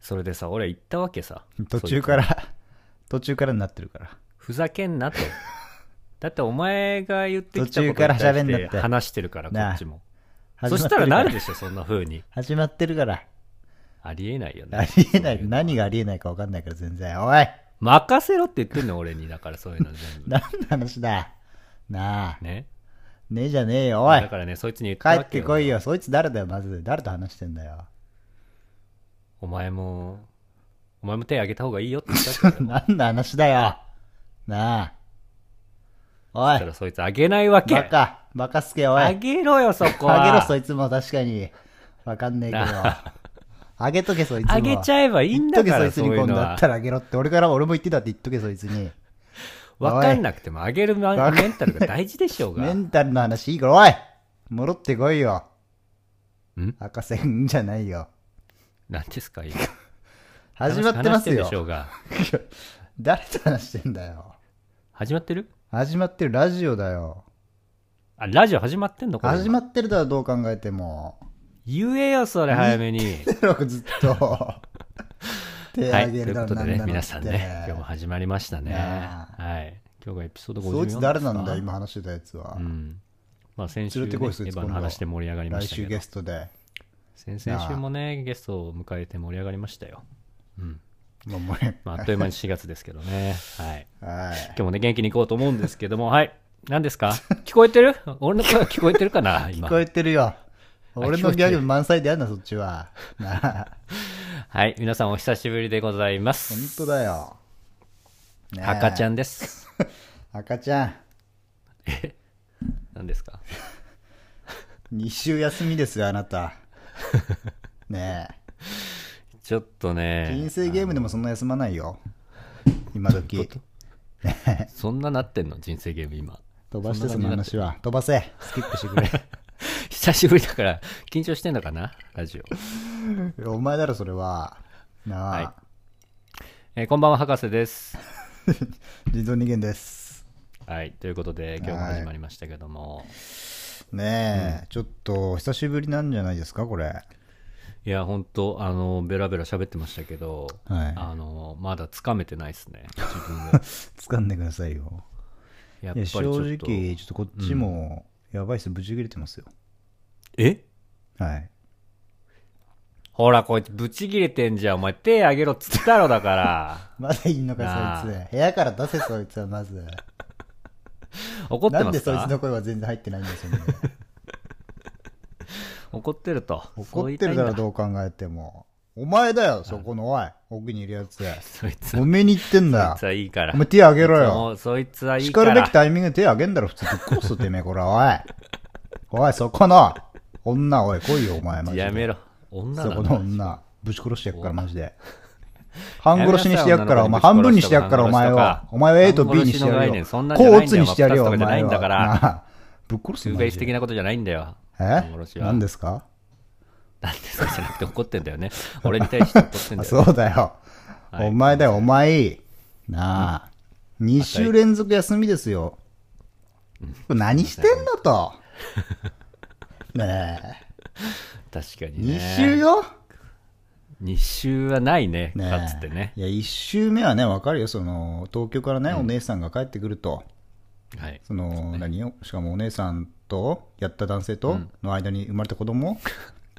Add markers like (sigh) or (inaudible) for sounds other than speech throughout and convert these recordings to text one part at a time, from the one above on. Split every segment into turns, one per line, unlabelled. それでさ俺言ったわけさ
(laughs) 途中から途中からになってるから
ふざけんなと (laughs) だってお前が言ってきた
途
こ
中
と
から
に対
喋んな
し
ってて
話してるからこ
なあ
っちもそしたらなるでしょそんな風に
始まってるから
ありえないよね
(laughs) ありえない何がありえないか分かんないから全然おい
任せろって言ってんの俺にだからそういうの全
(laughs)
部
何の話だなあ
ね
ねえじゃねえよおい
だからねそいつに言った
帰
わ
っ
け
て
よ
こいよそいつ誰だよまず誰と話してんだよ
お前もお前も手挙げた方がいいよって言った
(laughs)
わけよ
何の話だよなあ
そ
おい
したらそいつあげないわ
バ
け
カバカすけおい
あげろよそこは
あげろそいつも確かにわかんね
(laughs)
えけどあげとけそいつも
あげちゃえばいいんだから
言っとけそいつに今
そういう
度
の
あ
は
ったらあげろって俺から俺も言ってたって言っとけそいつに
わかんなくてもあげるメ
わかん
ンタルが大事でし
(laughs)
ょう
メ
が
ンタルの話いいからおい戻ってこいよ
ん
赤線じゃないよ
何ですか今
始まってます
話してるでしょ
よ (laughs)
うが
誰と話してんだよ
始まってる
始まってるラジオだよ
あラジオ始まってんのか
始まってるだろどう考えても
言えよそれ早め
(laughs)
に
ずっ
(laughs)
と手
はいと
挙
い
げ
う
るだ
こ
ろ
とで
な
ね
んだろって
皆さんね今日も始まりましたね
ね
はい今日がエピソード54
そいつ誰なんだ
ですか
今話してたやつは、
うんまあ先週、
連
ね、エ
れて
ヴ
こいそいつ
ァの話で盛り上がりま
来
したけ
週
ど
ゲストで
先々週もねゲストを迎えて盛り上がりましたようん
もうもう
まあ、あっという間に4月ですけど
(laughs)
ね。はい。
はい
今日もね、元気に行こうと思うんですけども、はい。何ですか聞こえてる俺の声は聞こえてるかな今
聞。こえてるよ俺
聞こ
の
え
ギ
てる
ャグ満載でやんなそっちはな
(laughs)
あ
はい。皆さんお久しぶりでございま
本
す。
当だよねえ
赤ちゃんです。
赤ちゃん
何ですか
2週休みですよあ
(laughs)
なたね
ちょっと
え人
ね、
生ゲームでもそんな休まないよ今時
そんななってんの人生ゲーム今。
飛ばしてその話は飛ばせスキップしてくれ
(laughs) 久しぶりだから、緊張してんのかなラジオ。
お前だろそれはなあ、
はいえーこんばんは、博士です。
人造人間です
はい。ということで、今日も始まりましたけども。
ねえ、ちょっと久しぶりなんじゃないですかこれ
いや、本当あの、ベラベラ喋ってましたけど、
はい
あの、まだつかめてないですね。自分を。
掴んでくださいよ
やっぱ
いや
りちょ
正
っと
直ちょっとこっちもやばいっすぶち切れてますよ、
え
はい
ほらこいつブチ切れてんじゃんお前手あげろっつったろだから
まだいんの
なあ
かそいつ部屋から出せそいつはまず
怒って
なん
ま
ですそいつ
か
の声は全然入っ
(laughs)
てないんですよね
怒ってるとそ
怒ってるだろ
う言いたいんだ
どう考えてもお前だよそこのおい奥にいるやつ
そいつ
おめえに言ってん
そ (laughs)
だ
いつはいいから
お前手あげろ
も
よ
うそいつはいい
叱
から
るべきタイミングで手あげんだろ普通ぶっ殺すってめえこれおいおいそこの女おい来いよお前マジ
や
で
めろ女
そ
だ
こ
な
の女ぶち殺してやっからマジで (laughs) 半殺しにしてやっから
や
お
めな
前
さい
半分にしてやっからお
女
前
の子
を
半
お前を A と B にして
半殺しの
や
概
る
念
よ
そんなんじゃ
甲
ないん
乙
だよ
にしてやるよ
真
お
っ二つとかじゃな
前
いん
を
だから (laughs)
なあぶっ殺す
中
よ
外視的なことじゃないんだよ
え
半殺しは
何ですか
なんですかじゃなくて怒ってんだよね俺に対して怒ってん
あ
だよ
そうだよ
はい
お前だよお前なあ2週連続休みですよ何してんのとね
確か
え
にね
2週よ
日週はないね
ねえ
かつてね
いや1週目はね分かるよその東京からねお姉さんが帰ってくると
はい
その何よしかもお姉さんとやった男性との間に生まれた子
(laughs)
供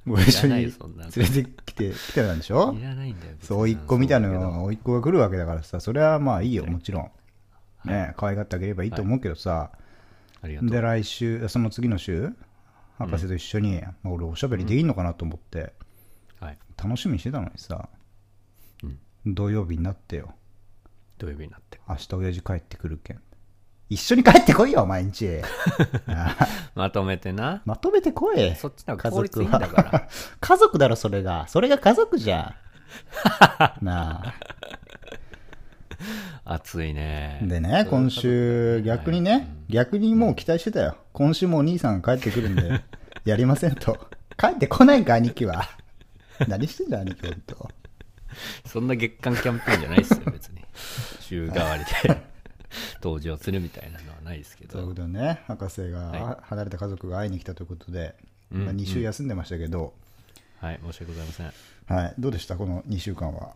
を一緒
いらないよ
に連
そんなの
れてきてきてたんでしょ
いらないんだよ別に
そう甥っ子みたいなのが甥っ子が来るわけだからさそれはまあいいよもちろんね可愛がってあげればいいと思うけどさ
ありがとう
で来週その次の週博士と一緒にまあ俺おしゃべりできんのかなと思って
はい
楽しみにしてたのにさ
うん
土曜日になってよ
土曜日になって
明日親父帰ってくるけん一緒に帰ってこいよ毎日
まとめてな
まとめて
(laughs)
こい
そっちの方
家
が効率
族
いいんだから
は家族だろそれがそれが家族
(laughs)
じゃんなあ
暑いね
でね、今週、逆にね、逆にもう期待してたよ。今週もお兄さんが帰ってくるんで、 (laughs) やりませんと。帰ってこないんか、兄貴は。
(laughs)
何してんだ、兄貴、ほんと。
そんな月間キャンペーンじゃないですよ別に週替わり
(laughs)
で登場するみたいなのはないですけ
という
ど
ことでね、博士が、離れた家族が会いに来たということで、まあ、2週休んでましたけど、
はい申し訳ございません
はい、どうでした、この2週間は。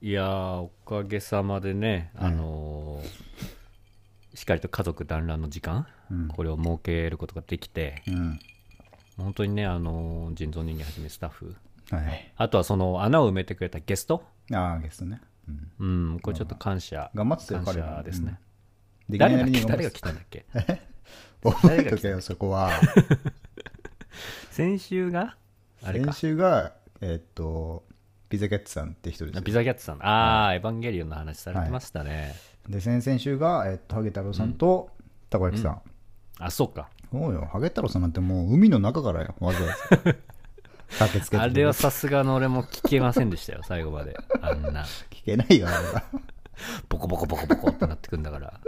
いやーおかげさまでね、あのーしっかりと家族団らんの時間、
うん
これを設けることができて
うん、
本当にね、あのー人造人間はじめスタッフ
はい、
あとはその穴を埋めてくれたゲスト
ああ、ゲストね。うん、
うんこれちょっと感謝、
頑張ってたよ、
感
彼は
謝ですね、。
うんできない
誰
な
が
りに
来た
頑
誰
張
が
っ
来
て
たんだっけ
た。覚えとけ
誰
よ、そこは。
先週があれか
先週が、えーっと、ピザキャッツさんって人ですよ
ピザギャッツさんああ、エヴァンゲリオンの話されてましたね、
で、先々週が、えーっと、ハゲ太郎さんと、たこ焼きさん。
あそうか
そうよ、ハゲ太郎さんなんてもう海の中からよ、わざわ
(laughs)
ざ。駆けつけて。
あれはさすがの俺も聞けませんでしたよ最後まであんな
聞けないよ、あれは。 (laughs)
ボコボコボコボコってなってくんだから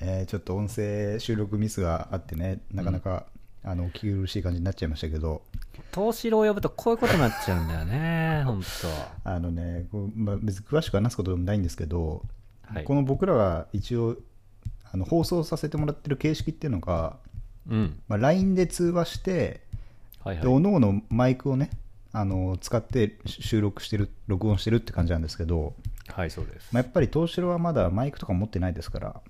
ね、ちょっと音声収録ミスがあってね、なかなか、あの、お聞き苦しい感じになっちゃいましたけど、
東四郎を呼ぶとこういうことになっちゃうんだよ (laughs) ね本
あのね、こうまあ、別に詳しく話すことでもないんですけど、
当はい
この僕らが一応、あの放送させてもらってる形式っていうのが、
うん
まあ、LINE で通話して、
はい
で
はい
おのおのマイクをねあの使って収録してる録音してるって感じなんですけど、
はいそうです
まあ、やっぱり東城はまだマイクとか持ってないですから、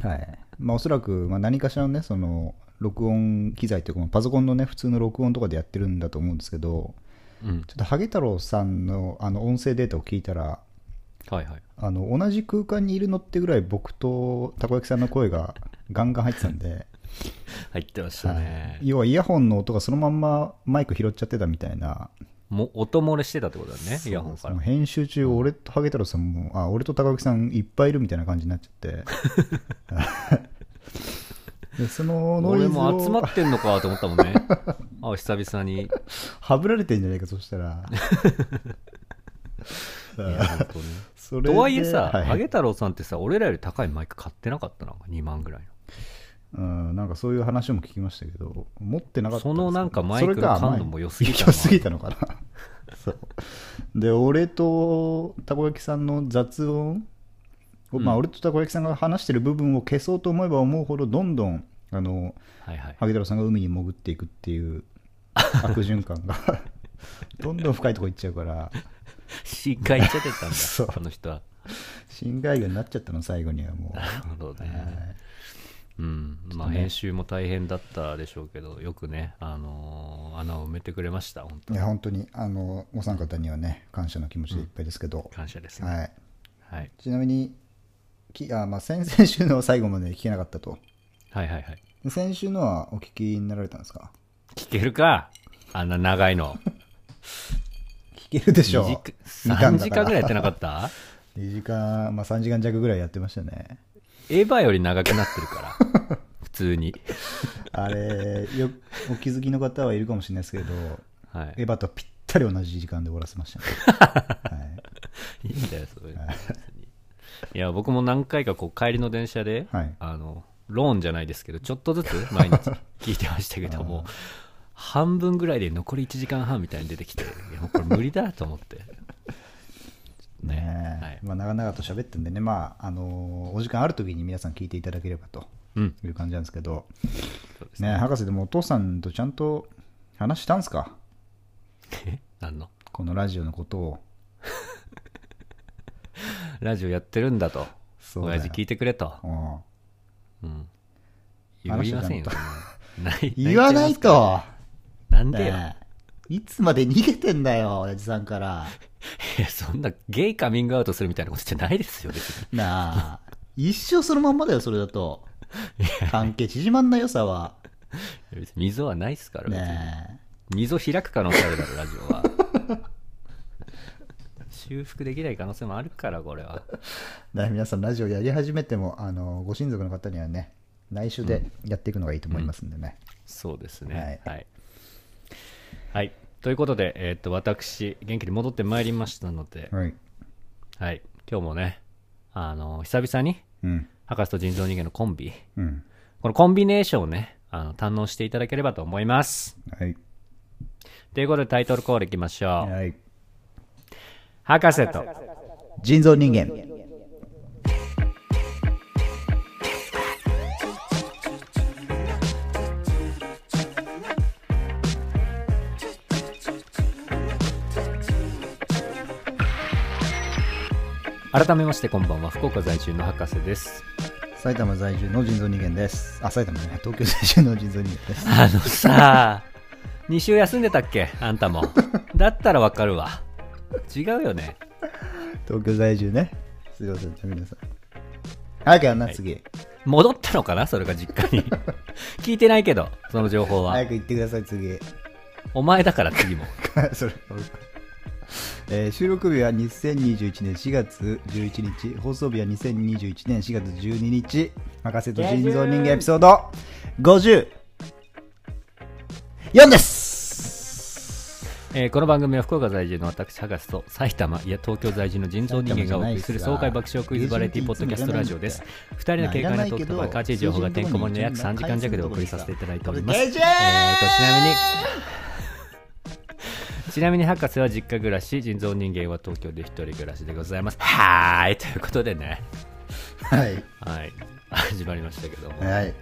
(laughs)
はいまあ、おそらくまあ何かしらのねその録音機材というかまあパソコンのね普通の録音とかでやってるんだと思うんですけど
うん
ちょっとハゲ太郎さんのあの音声データを聞いたら
はいはい
あの同じ空間にいるのってぐらい僕とたこ焼きさんの声がガンガン入ってた
(laughs)
んで。
入ってましたね、
要はイヤホンの音がそのまんまマイク拾っちゃってたみたいな
もう音漏れしてたってことだねイヤホンから
もう編集中俺とハゲ太郎さんもあ俺と高木さんいっぱいいるみたいな感じになっちゃってでそのノイ
俺
ズを
も集まってんのかと思ったもん (laughs) ねあ久々にい
はぶられてんじゃないかそしたら
や本当ね
それで
とはいえさ、
はい
ハゲ太郎さんってさ俺らより高いマイク買ってなかったの2万ぐらい
うん、なんかそういう話も聞きましたけど持ってなか
の
ったです
そのなんかマイクの感度も良すぎた
良
な
すぎたのかな (laughs) そうで俺とたこ焼きさんの雑音、まあ、俺とたこ焼きさんが話してる部分を消そうと思えば思うほどどんどんあの
はいはい
萩太郎さんが海に潜っていくっていう
(laughs)
悪循環が (laughs) どんどん深いとこ行っちゃうから
(laughs) 深海行っちゃって (laughs) たんだ
そう
あの人は
深海魚になっちゃったの最後にはも
(laughs)
う
なるほどねうんまあ編集も大変だったでしょうけどよくねあのー穴を埋めてくれました本当
いや本当にあのお三方にはね感謝の気持ちでいっぱいですけど、
感謝ですね
はい、
はい
ちなみにきあ、まあ、先 (laughs) 々週の最後まで聞けなかったと
はいはいはい
先週のはお聞きになられたんですか
聞けるかあんな長いの
聞けるでし
2
ょ
時
見た
3
んだ
時
か
間ぐらいやってな
ら
かった
2時間、まあ、3時間弱ぐらいやってましたね
エヴァより長くなってるから
(laughs)
普通に
あれよお気づきの方はいるかもしれないですけど
はい
エヴァとぴったり同じ時間で終わらせまし
(laughs)
たね、
いいんだよそれいや僕も何回かこう帰りの電車で、
はい
あのローンじゃないですけどちょっとずつ毎
(laughs)
日聞いてましたけども半分ぐらいで残り1時間半みたいに出てきていやもうこれ無理だと思って
はい、ねえ
はい
まあ、長々と喋ってんでね、まああのお時間ある時に皆さん聞いていただければと
うん
いう感じなんですけど、
そうですね
ねえ博士でもお父さんとちゃんと話したんですか
え (laughs) 何の
このラジオのことを
ラジオやってるんだと
そうだ
親
よ
父聞いてくれと、
うん
うん、言いませんよ
話しちゃ
泣
(laughs) 言わないと
なんでよ、
ねえいつまで逃げてんだよ親父さんから
いやそんなゲイカミングアウトするみたいなことじゃないですよ別に
(laughs) なあ一生そのまんまだよそれだと関係縮まんないよさは
別に溝はないですから別に、
ね
溝開く可能性あるだろラジオは修復できない可能性もあるからこれは
えだから皆さんラジオやり始めてもあのご親族の方にはね内緒でやっていくのがいいと思いますんでね、
そうですねはい、はいということで、えー、と私元気に戻ってまいりましたので、
はい
はい、今日もねあの久々に
うん
博士と人造人間のコンビ
うん
このコンビネーションをねあの堪能していただければと思います
はい
ということでタイトルコールいきましょう、
はい
博士と
人造人間
改めましてこんばんは福岡在住の博士です
埼玉在住の人造人間です。あ、埼玉じゃない、東京在住の人造人間です。
あのさ2週休んでたっけあんたもだったらわかるわ違うよね
東京在住ね。すいません、じゃあ皆さん。早くやんな、
はい
次。
戻ったのかなそれが実家に聞いてないけどその情報は
早く行ってください、次。 (laughs)
お前だから次も
それ、俺かえー収録日は2021年4月11日、放送日は2021年4月12日、博士と人造人間エピソード54です
えーこの番組は福岡在住の私博士と埼玉いや東京在住の人造人間がお送りする爽快爆笑クイズバラエティポッドキャストラジオです2人の軽快なトークとバカーチ情報がてんこ盛りの約3時間弱でお送りさせていただいております、えー、とちなみにちなみに博士は実家暮らし人造人間は東京で一人暮らしでございますはーいということでね
はい。
はい始まりましたけども、
はい。
う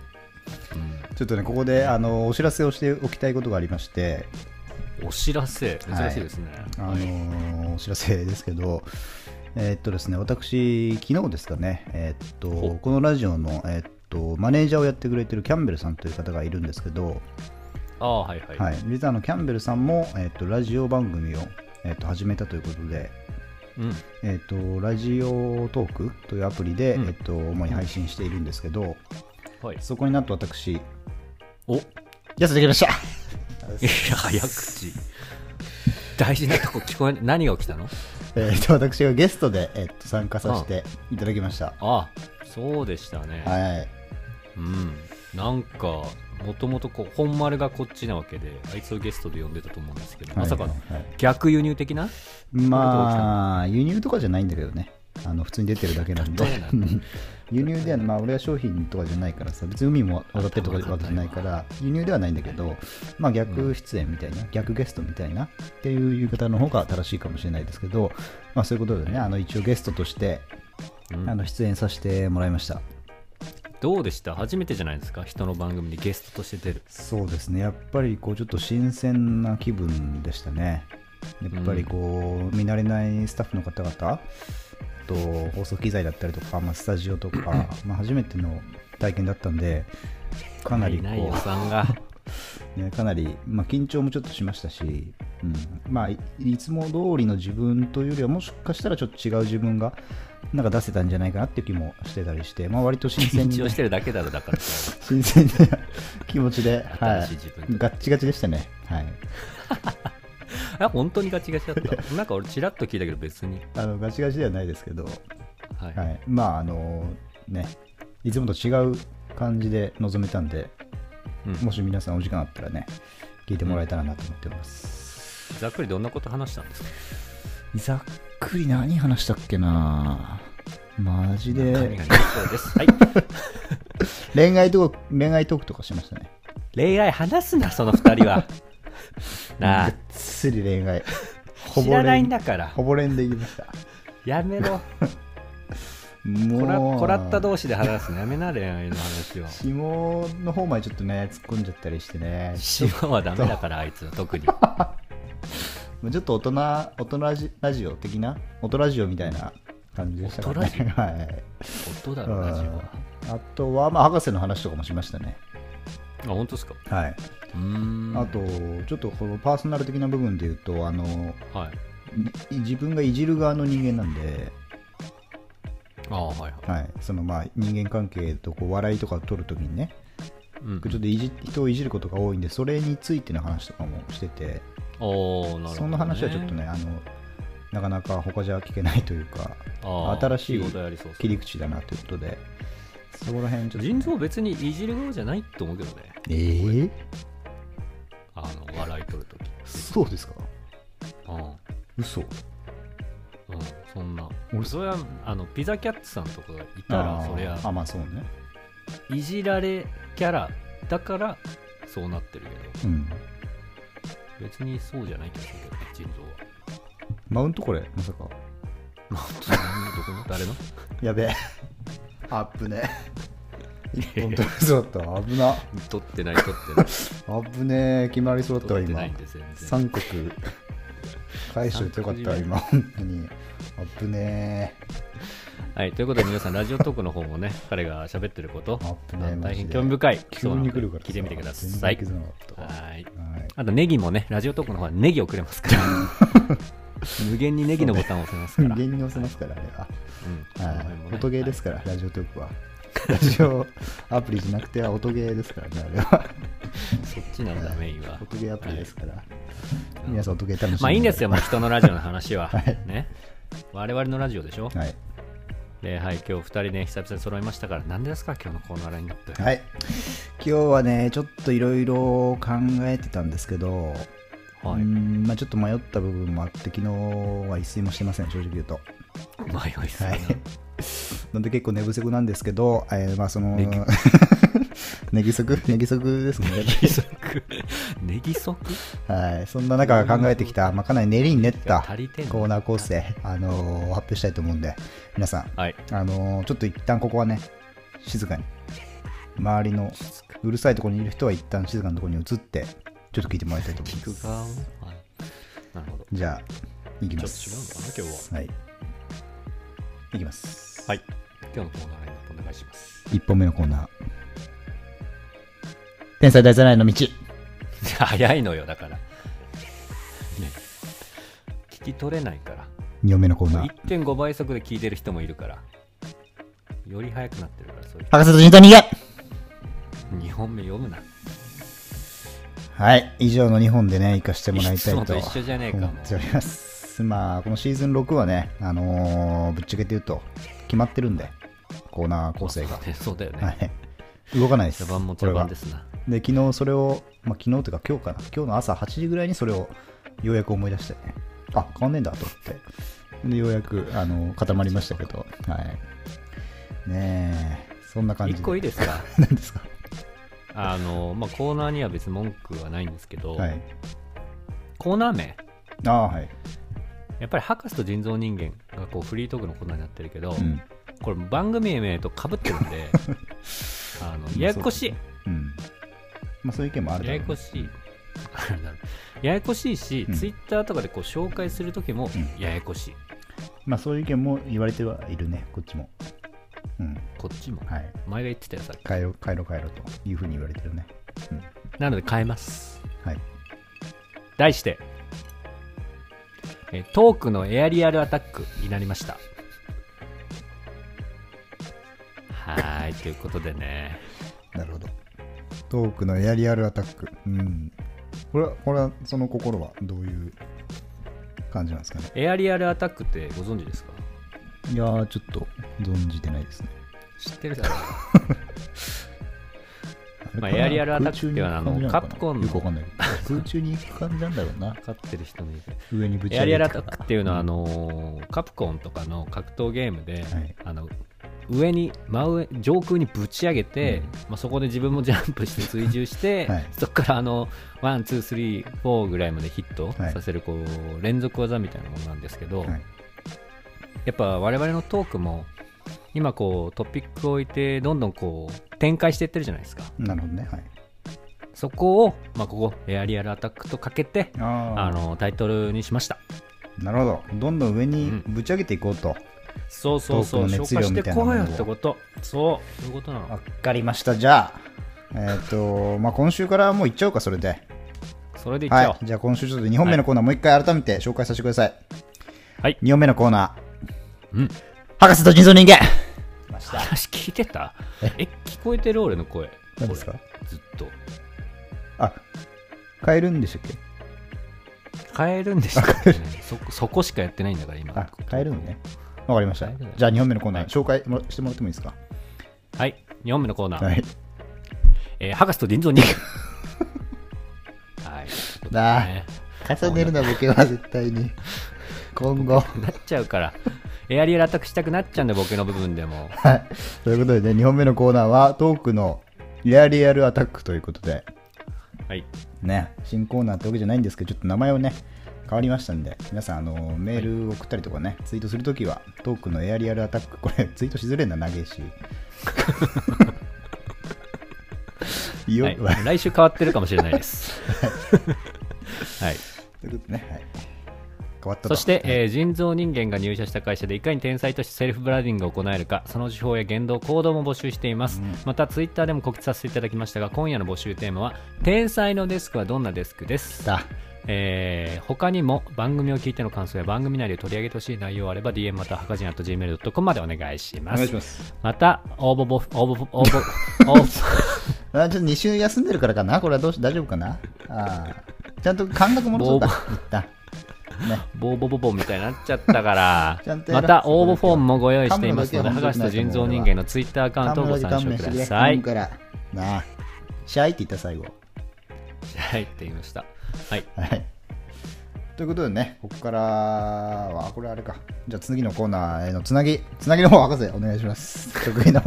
ちょっとね、ここで、あの、お知らせをしておきたいことがありまして、
んお知らせ珍しいですね、
あ
はい
のーお知らせですけど、えーっとですね、私、昨日ですかね、えーっと
ほ
このラジオの、えーっとマネージャーをやってくれてるキャンベルさんという方がいるんですけど、
ああはいはい、
はい、実はあのキャンベルさんも、えーっとラジオ番組を、えーっと始めたということで、
うん
えーっとラジオトークというアプリで、
うん
えーっと主に配信しているんですけど、
はい
そこになんと私、
お
やつできました
いや早口大事なとこ聞こえない何が起きたの
(laughs) えーっと私がゲストで、えーっと参加させていただきました。
あそうでしたね、
はい
うんなんかもともとこう本丸がこっちなわけであいつをゲストで呼んでたと思うんですけど、まさかの
はいはい
逆輸入的な
まあ、輸入とかじゃないんだけどね。あの普通に出てるだけなんで
例えばなんだ。
(laughs) 輸入では、まあ、俺は商品とかじゃないからさ、別に海も渡ってるとかわけじゃないから、輸入ではないんだけど、まあ逆出演みたいな、逆ゲストみたいなっていう言い方の方が正しいかもしれないですけど、まあそういうことでね、あの一応ゲストとして、
うん
あの出演させてもらいました。
どうでした初めてじゃないですか人の番組にゲストとして出る
そうですね、やっぱりこうちょっと新鮮な気分でしたね。やっぱりこう、見慣れないスタッフの方々と放送機材だったりとか、まあ、スタジオとか、
(clears throat)
まあ初めての体験だったんで、かなり
いない
こ
予算
(laughs)
が
う、ね、かなり、まあ、緊張もちょっとしましたし、うんまあ、いいつも通りの自分というよりは、もしかしたらちょっと違う自分がなんか出せたんじゃないかなっていう気もしてたりして、まあ、割と新鮮
緊
に、
張してるだけだろだからそ
新鮮な気持ちで、は
新
い
しい自分、
ガッチガチでしたね。はい
れあ本当にガチガチだ
(laughs)
ったなんか俺チラッと聞いたけど別に、
あのガチガチではないですけど、は
はい
い、まああのねいつもと違う感じで臨めたんで
うん
もし皆さんお時間あったらね聞いてもらえたらなと思ってます、
ざっくりどんなこと話したんですか
ざっくり何話したっけなマジ
神が
で
言いそうです、はい、
恋愛トーク恋愛トークとかしましたね
恋愛話すなその二人 (laughs) はなあ
がっつり恋
(laughs)
愛ほ
知
ぼ
らないん
恋
だから
ほぼ恋でいきました
やめろこら
もう
こらった同士で話すのやめな恋愛の話を
紐の方までちょっとね突っ込んじゃったりしてね
島はダメだからあいつは特に
まあちょっと大人、大人ラジラジオ的な、音ラジオみたいな感じでしたから
音ラ
ね。 (laughs) はい。
(laughs) 音だ
う
ろラジオ
ん
は
あとは、まあ、博士の話とかもしましたね。
あ本当ですか
はい。
うーん
あと、ちょっとこのパーソナル的な部分で言うと、あの、
はい
い自分がいじる側の人間なんで、
ああはいはい
はい。その、まあ、人間関係とこう笑いとかを取るときにね、
うん
ちょっといじ人をいじることが多いんで、それについての話とかもしてて、
おーなるほど、ね、
そんな話はちょっとね、あの、なかなか他じゃ聞けないというか、
あー
新しい
ことやりそう
切り口だなということで、そこら辺ちょっと。
腎臓別にいじる側じゃないと思うけどね
ええ
あの笑い取るとき
そうですか
うん
嘘
うん、そんな
俺
それはあのピザキャッツさんとかがいたらそりゃ
あまあそうね
いじられキャラだからそうなってるけど
うん
別にそうじゃない気がするけどね腎臓は
マウントこれまさか
まあ本当にどこの誰の (laughs)
やべえ (laughs) アップね一本取れそうだった危な
取ってない取ってない
危ねえ決まりそうだったわ
取って
今
ないんで全然
三国返しといてよかったわ今本当に危ねえ
はい、ということで皆さん、ラジオトークの方もね、 (laughs) 彼が喋ってること
アッ、プね
あの
マ
大
ジ
変
で
興味深い。
急に来るからさ
聞いてみてくだ
全
さ
然
い
気。づかなかったわ
はい。
はい
あと、ネギもね、ラジオトークの方はネギをくれますから。
(laughs)
無限にネギのボタンを押せますから。
芸人に押せますから、あれは。
うん
はい、音ゲーです
か
から、ラジオトークは。ラジオアプリじゃなくては音ゲーですからね、あれは。
ら。そっちなんだ、メインは。
音ゲーアプリですから。
い
皆さん、音ゲー楽しんで。
まあいいんですよ、もう人のラジオの話は。
(laughs) はい
ね。我々のラジオでしょ。
はい。
で、はい、今日2人ね、久々に揃いましたから、何ですか、今日のコーナーラインナップ。
はい。今日はね、ちょっといろいろ考えてたんですけど、
は
う
い。
んまあ、ちょっと迷った部分もあって、昨日は一睡もしてません、正直言うと。
迷いすぎ
は。
ない
なんで結構寝不足なんですけど、えーまあその、 (laughs) 寝不足寝不足ですね。
義足 (laughs) ネギ足
はい。そんな中考えてきた、まあ、かなり練りに練っ
いや
た
足りてんの
コーナー構成、あのー発表したいと思うんで、皆さん、
はい。
あのーちょっと一旦ここはね、静かに、周りのうるさいところにいる人は一旦静かなところに移って、ちょっと聞いてもらいたいと思い
聞
ま
く
す。
側もはい。なるほど。
じゃあ、いき
ちょ
ま
っと違うのか
す。
な、今日は。
はい。いきます。
はい。今日のコーナーラインナップお願いします。 (laughs)
1本目のコーナー。天才大ざらいの道。
早いのよ、だから。ね聞き取れないから。
2本目のコーナー。
1.5倍速で聞いてる人もいるから。より速くなってるから、そういう
博士と人と逃げ
人。2本目読むな。 (laughs)
はい、以上の2本でね、生かしてもらいたいと
いつもと一緒じゃねえかも
思っております。まあ、このシーズン6はね、あのーぶっちゃけて言うと、決まってるんで、コーナー構成が。
ねそうだよ
は
ね。
い、動かないです。
序盤も
これ
序
は
盤ですな。
で、昨日それを、まあ、昨日というか今日かな、今日の朝8時ぐらいにそれをようやく思い出してね、あ、変わんねえんだと思って、で、ようやく、あの、固まりましたけど、はい。ねえ、そんな感じで。
1個いいですか
(laughs) 何ですか
あの、まあ、コーナーには別に文句はないんですけど、
はい。
コーナー名
ああ、はい。
やっぱり博士と人造人間がこうフリートークのコーナーになってるけど、
うん。
これ番組名とかぶってるん
(laughs)
であのややこし
うん。まあ、そういう意見もあ
い
るだ
や
ろう
やこ
ね
しい (laughs) あれだろうややこしいし、
うん
ツイッターとかでこう紹介する時も
うん
ややこしい、
まあそういう意見も言われてはいるね、こっちも。うん。
こっちも、
はい。
お前が言ってたよさっき
変えろ、変えろ、変えろというふうに言われてるね。
なので変えます
はい。
題してえトークのエアリアルアタックになりましたはーいということでね
なるほど。トークのエアリアルアタック。うん。これは、これは、その心はどういう感じなんですかね。
エアリアルアタックってご存知ですか
いやー、ちょっと存じてないですね。
知ってるだろう
れ
まあ
かな
エアリアルアタックっていうのはあの
空中
カプコン
に行く感じなのかな
の
よくわかんないけど、空中に行く感じなんだろうな。
分かってる人もいる
上にぶち
エア
上
リア
げ
ル
て
アタックっていうのは、あのーカプコンとかの格闘ゲームで、
はい
あの上に真上上空にぶち上げて、
うん
まあ、そこで自分もジャンプして追従して、
(laughs) はい
そこからあのワン、ツー、スリー、フォーぐらいまでヒット
はい
させるこう連続技みたいなものなんですけど、
はい。
やっぱ我々のトークも今こうトピックを置いてどんどんこう展開していってるじゃないですか
なるほどね。はい。
そこを、まあ、ここエアリアルアタックとかけて
あー
あのタイトルにしました
なるほど。どんどん上にぶち上げていこうと。
そうそうそう、
トークの
消化
熱量
して
みたいな
こ
もの
う
を
よってこと。そう、そういうことなの
わ。かりました。じゃあ、えっ、と、まあ、今週からもう行っちゃおうか、それで。
それでいっちゃお
は
う
い。。じゃあ、今週ちょっと2本目のコーナー、もう一回改めて紹介させてください。
はい
2本目のコーナー。
うん。
博士と人造人間まし。
話聞いてたえ、聞こえてる俺の声。
何ですか
俺ずっと。
あ、変えるんでしたっけ
変えるんでしたっけ、そこそこしかやってないんだから今。
あ、変えるのね。わかりました
変えるの。ね
じゃあ、2本目のコーナー、
はい
紹介もしてもらってもいいですか
はい、2本目のコーナー。
はい。
えー博士と人造
(laughs)
人間。はい。
だ
ね
重ねるな、ボケは絶対に。今後。
なっちゃうから。エアリアルアタックしたくなっちゃうんだよ、僕の部分でも。
はい。ということでね、2本目のコーナーは、トークのリアリアルアタックということで。
はい。
ね、新コーナーってわけじゃないんですけど、ちょっと名前をね、変わりましたんで、皆さん、あのメール送ったりとかね、ツイートするときは、トークのエアリアルアタック、これ、ツイートしづれえな、長えし。いいよ、
はい、来
(laughs)
週変わってるかもしれないです。はい。
ということでね、はい。変わった
そして、えー人造人間が入社した会社でいかに天才としてセルフブランディングを行えるかその手法や言動行動も募集しています、
うん
またツイッターでも告知させていただきましたが今夜の募集テーマは「天才のデスクはどんなデスク?」です
だ
えー他にも番組を聞いての感想や番組内で取り上げてほしい内容あれば DM またはかじん .gmail.com までお願いし
お
ま
願
す
いします
また応募ボフ応募応募応
(laughs)
募
あちょっと2週休んでるからかなこれはどうし大丈夫かなあーちゃんと感覚戻った
ボ
一旦ね
ボーボボボみたいになっちゃったから
(laughs) ちゃんとや
ま
ろう
た応募フォームもご用意していますので
噛む
博
のだけ
士と人造人間のツイッターアカウントをご参照ください
勘弁してくれ頼むからなあシャイって言った最後
はいって言いましたはい
はいということでねここからはあこれあれかじゃあ次のコーナーへのつなぎつなぎの方博士お願いします得意の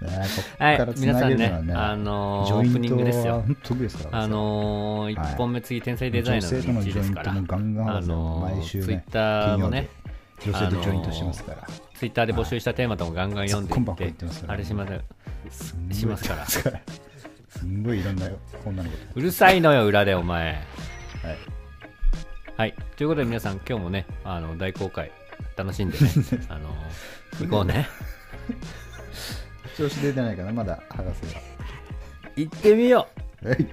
ねえここ
は
から
い
つ
皆
な
さ
げ
ん
るの
ね
はね、
あのー
ジョ
オープ
イン
ニ
ト
ングです
は
よ
本当得意ですから
あのー、
はい
1本目次天才デザイナ
女性
ー
と
の
のジ
道で
ョイ
す
ン
か
ト
ら
もガンガン
あ
博士
のー
毎週ね
ツイッターのね
金曜日女性とジョイントしてますから、
ツイッターで募集したテーマともガンガン読んで
コンパ
いっ
ク
て
ト言ってますから
あれしません
すんごい
しますから
すんごいいろんなこんなのこ
うるさいのよ裏でお前
とはい
はいということで皆さん今日もねあの大公開楽しんでねあのー行こう
(laughs)
ね
調子出てないかなまだ博士が
行ってみよう
はい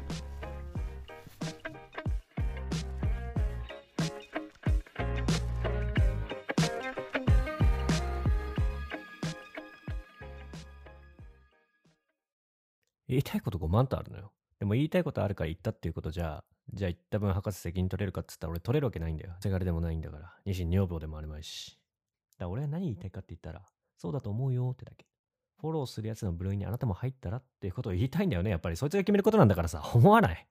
言いたいこと5万とあるのよでも言いたいことあるから言ったっていうことじゃじゃあ言った分博士責任取れるかっつったら俺取れるわけないんだよせがれでもないんだから二心女房でもあるまいしだから俺は何言いたいかって言ったらそうだと思うよってだけフォローするやつの部類にあなたも入ったらっていうことを言いたいんだよねやっぱりそいつが決めることなんだからさ思わない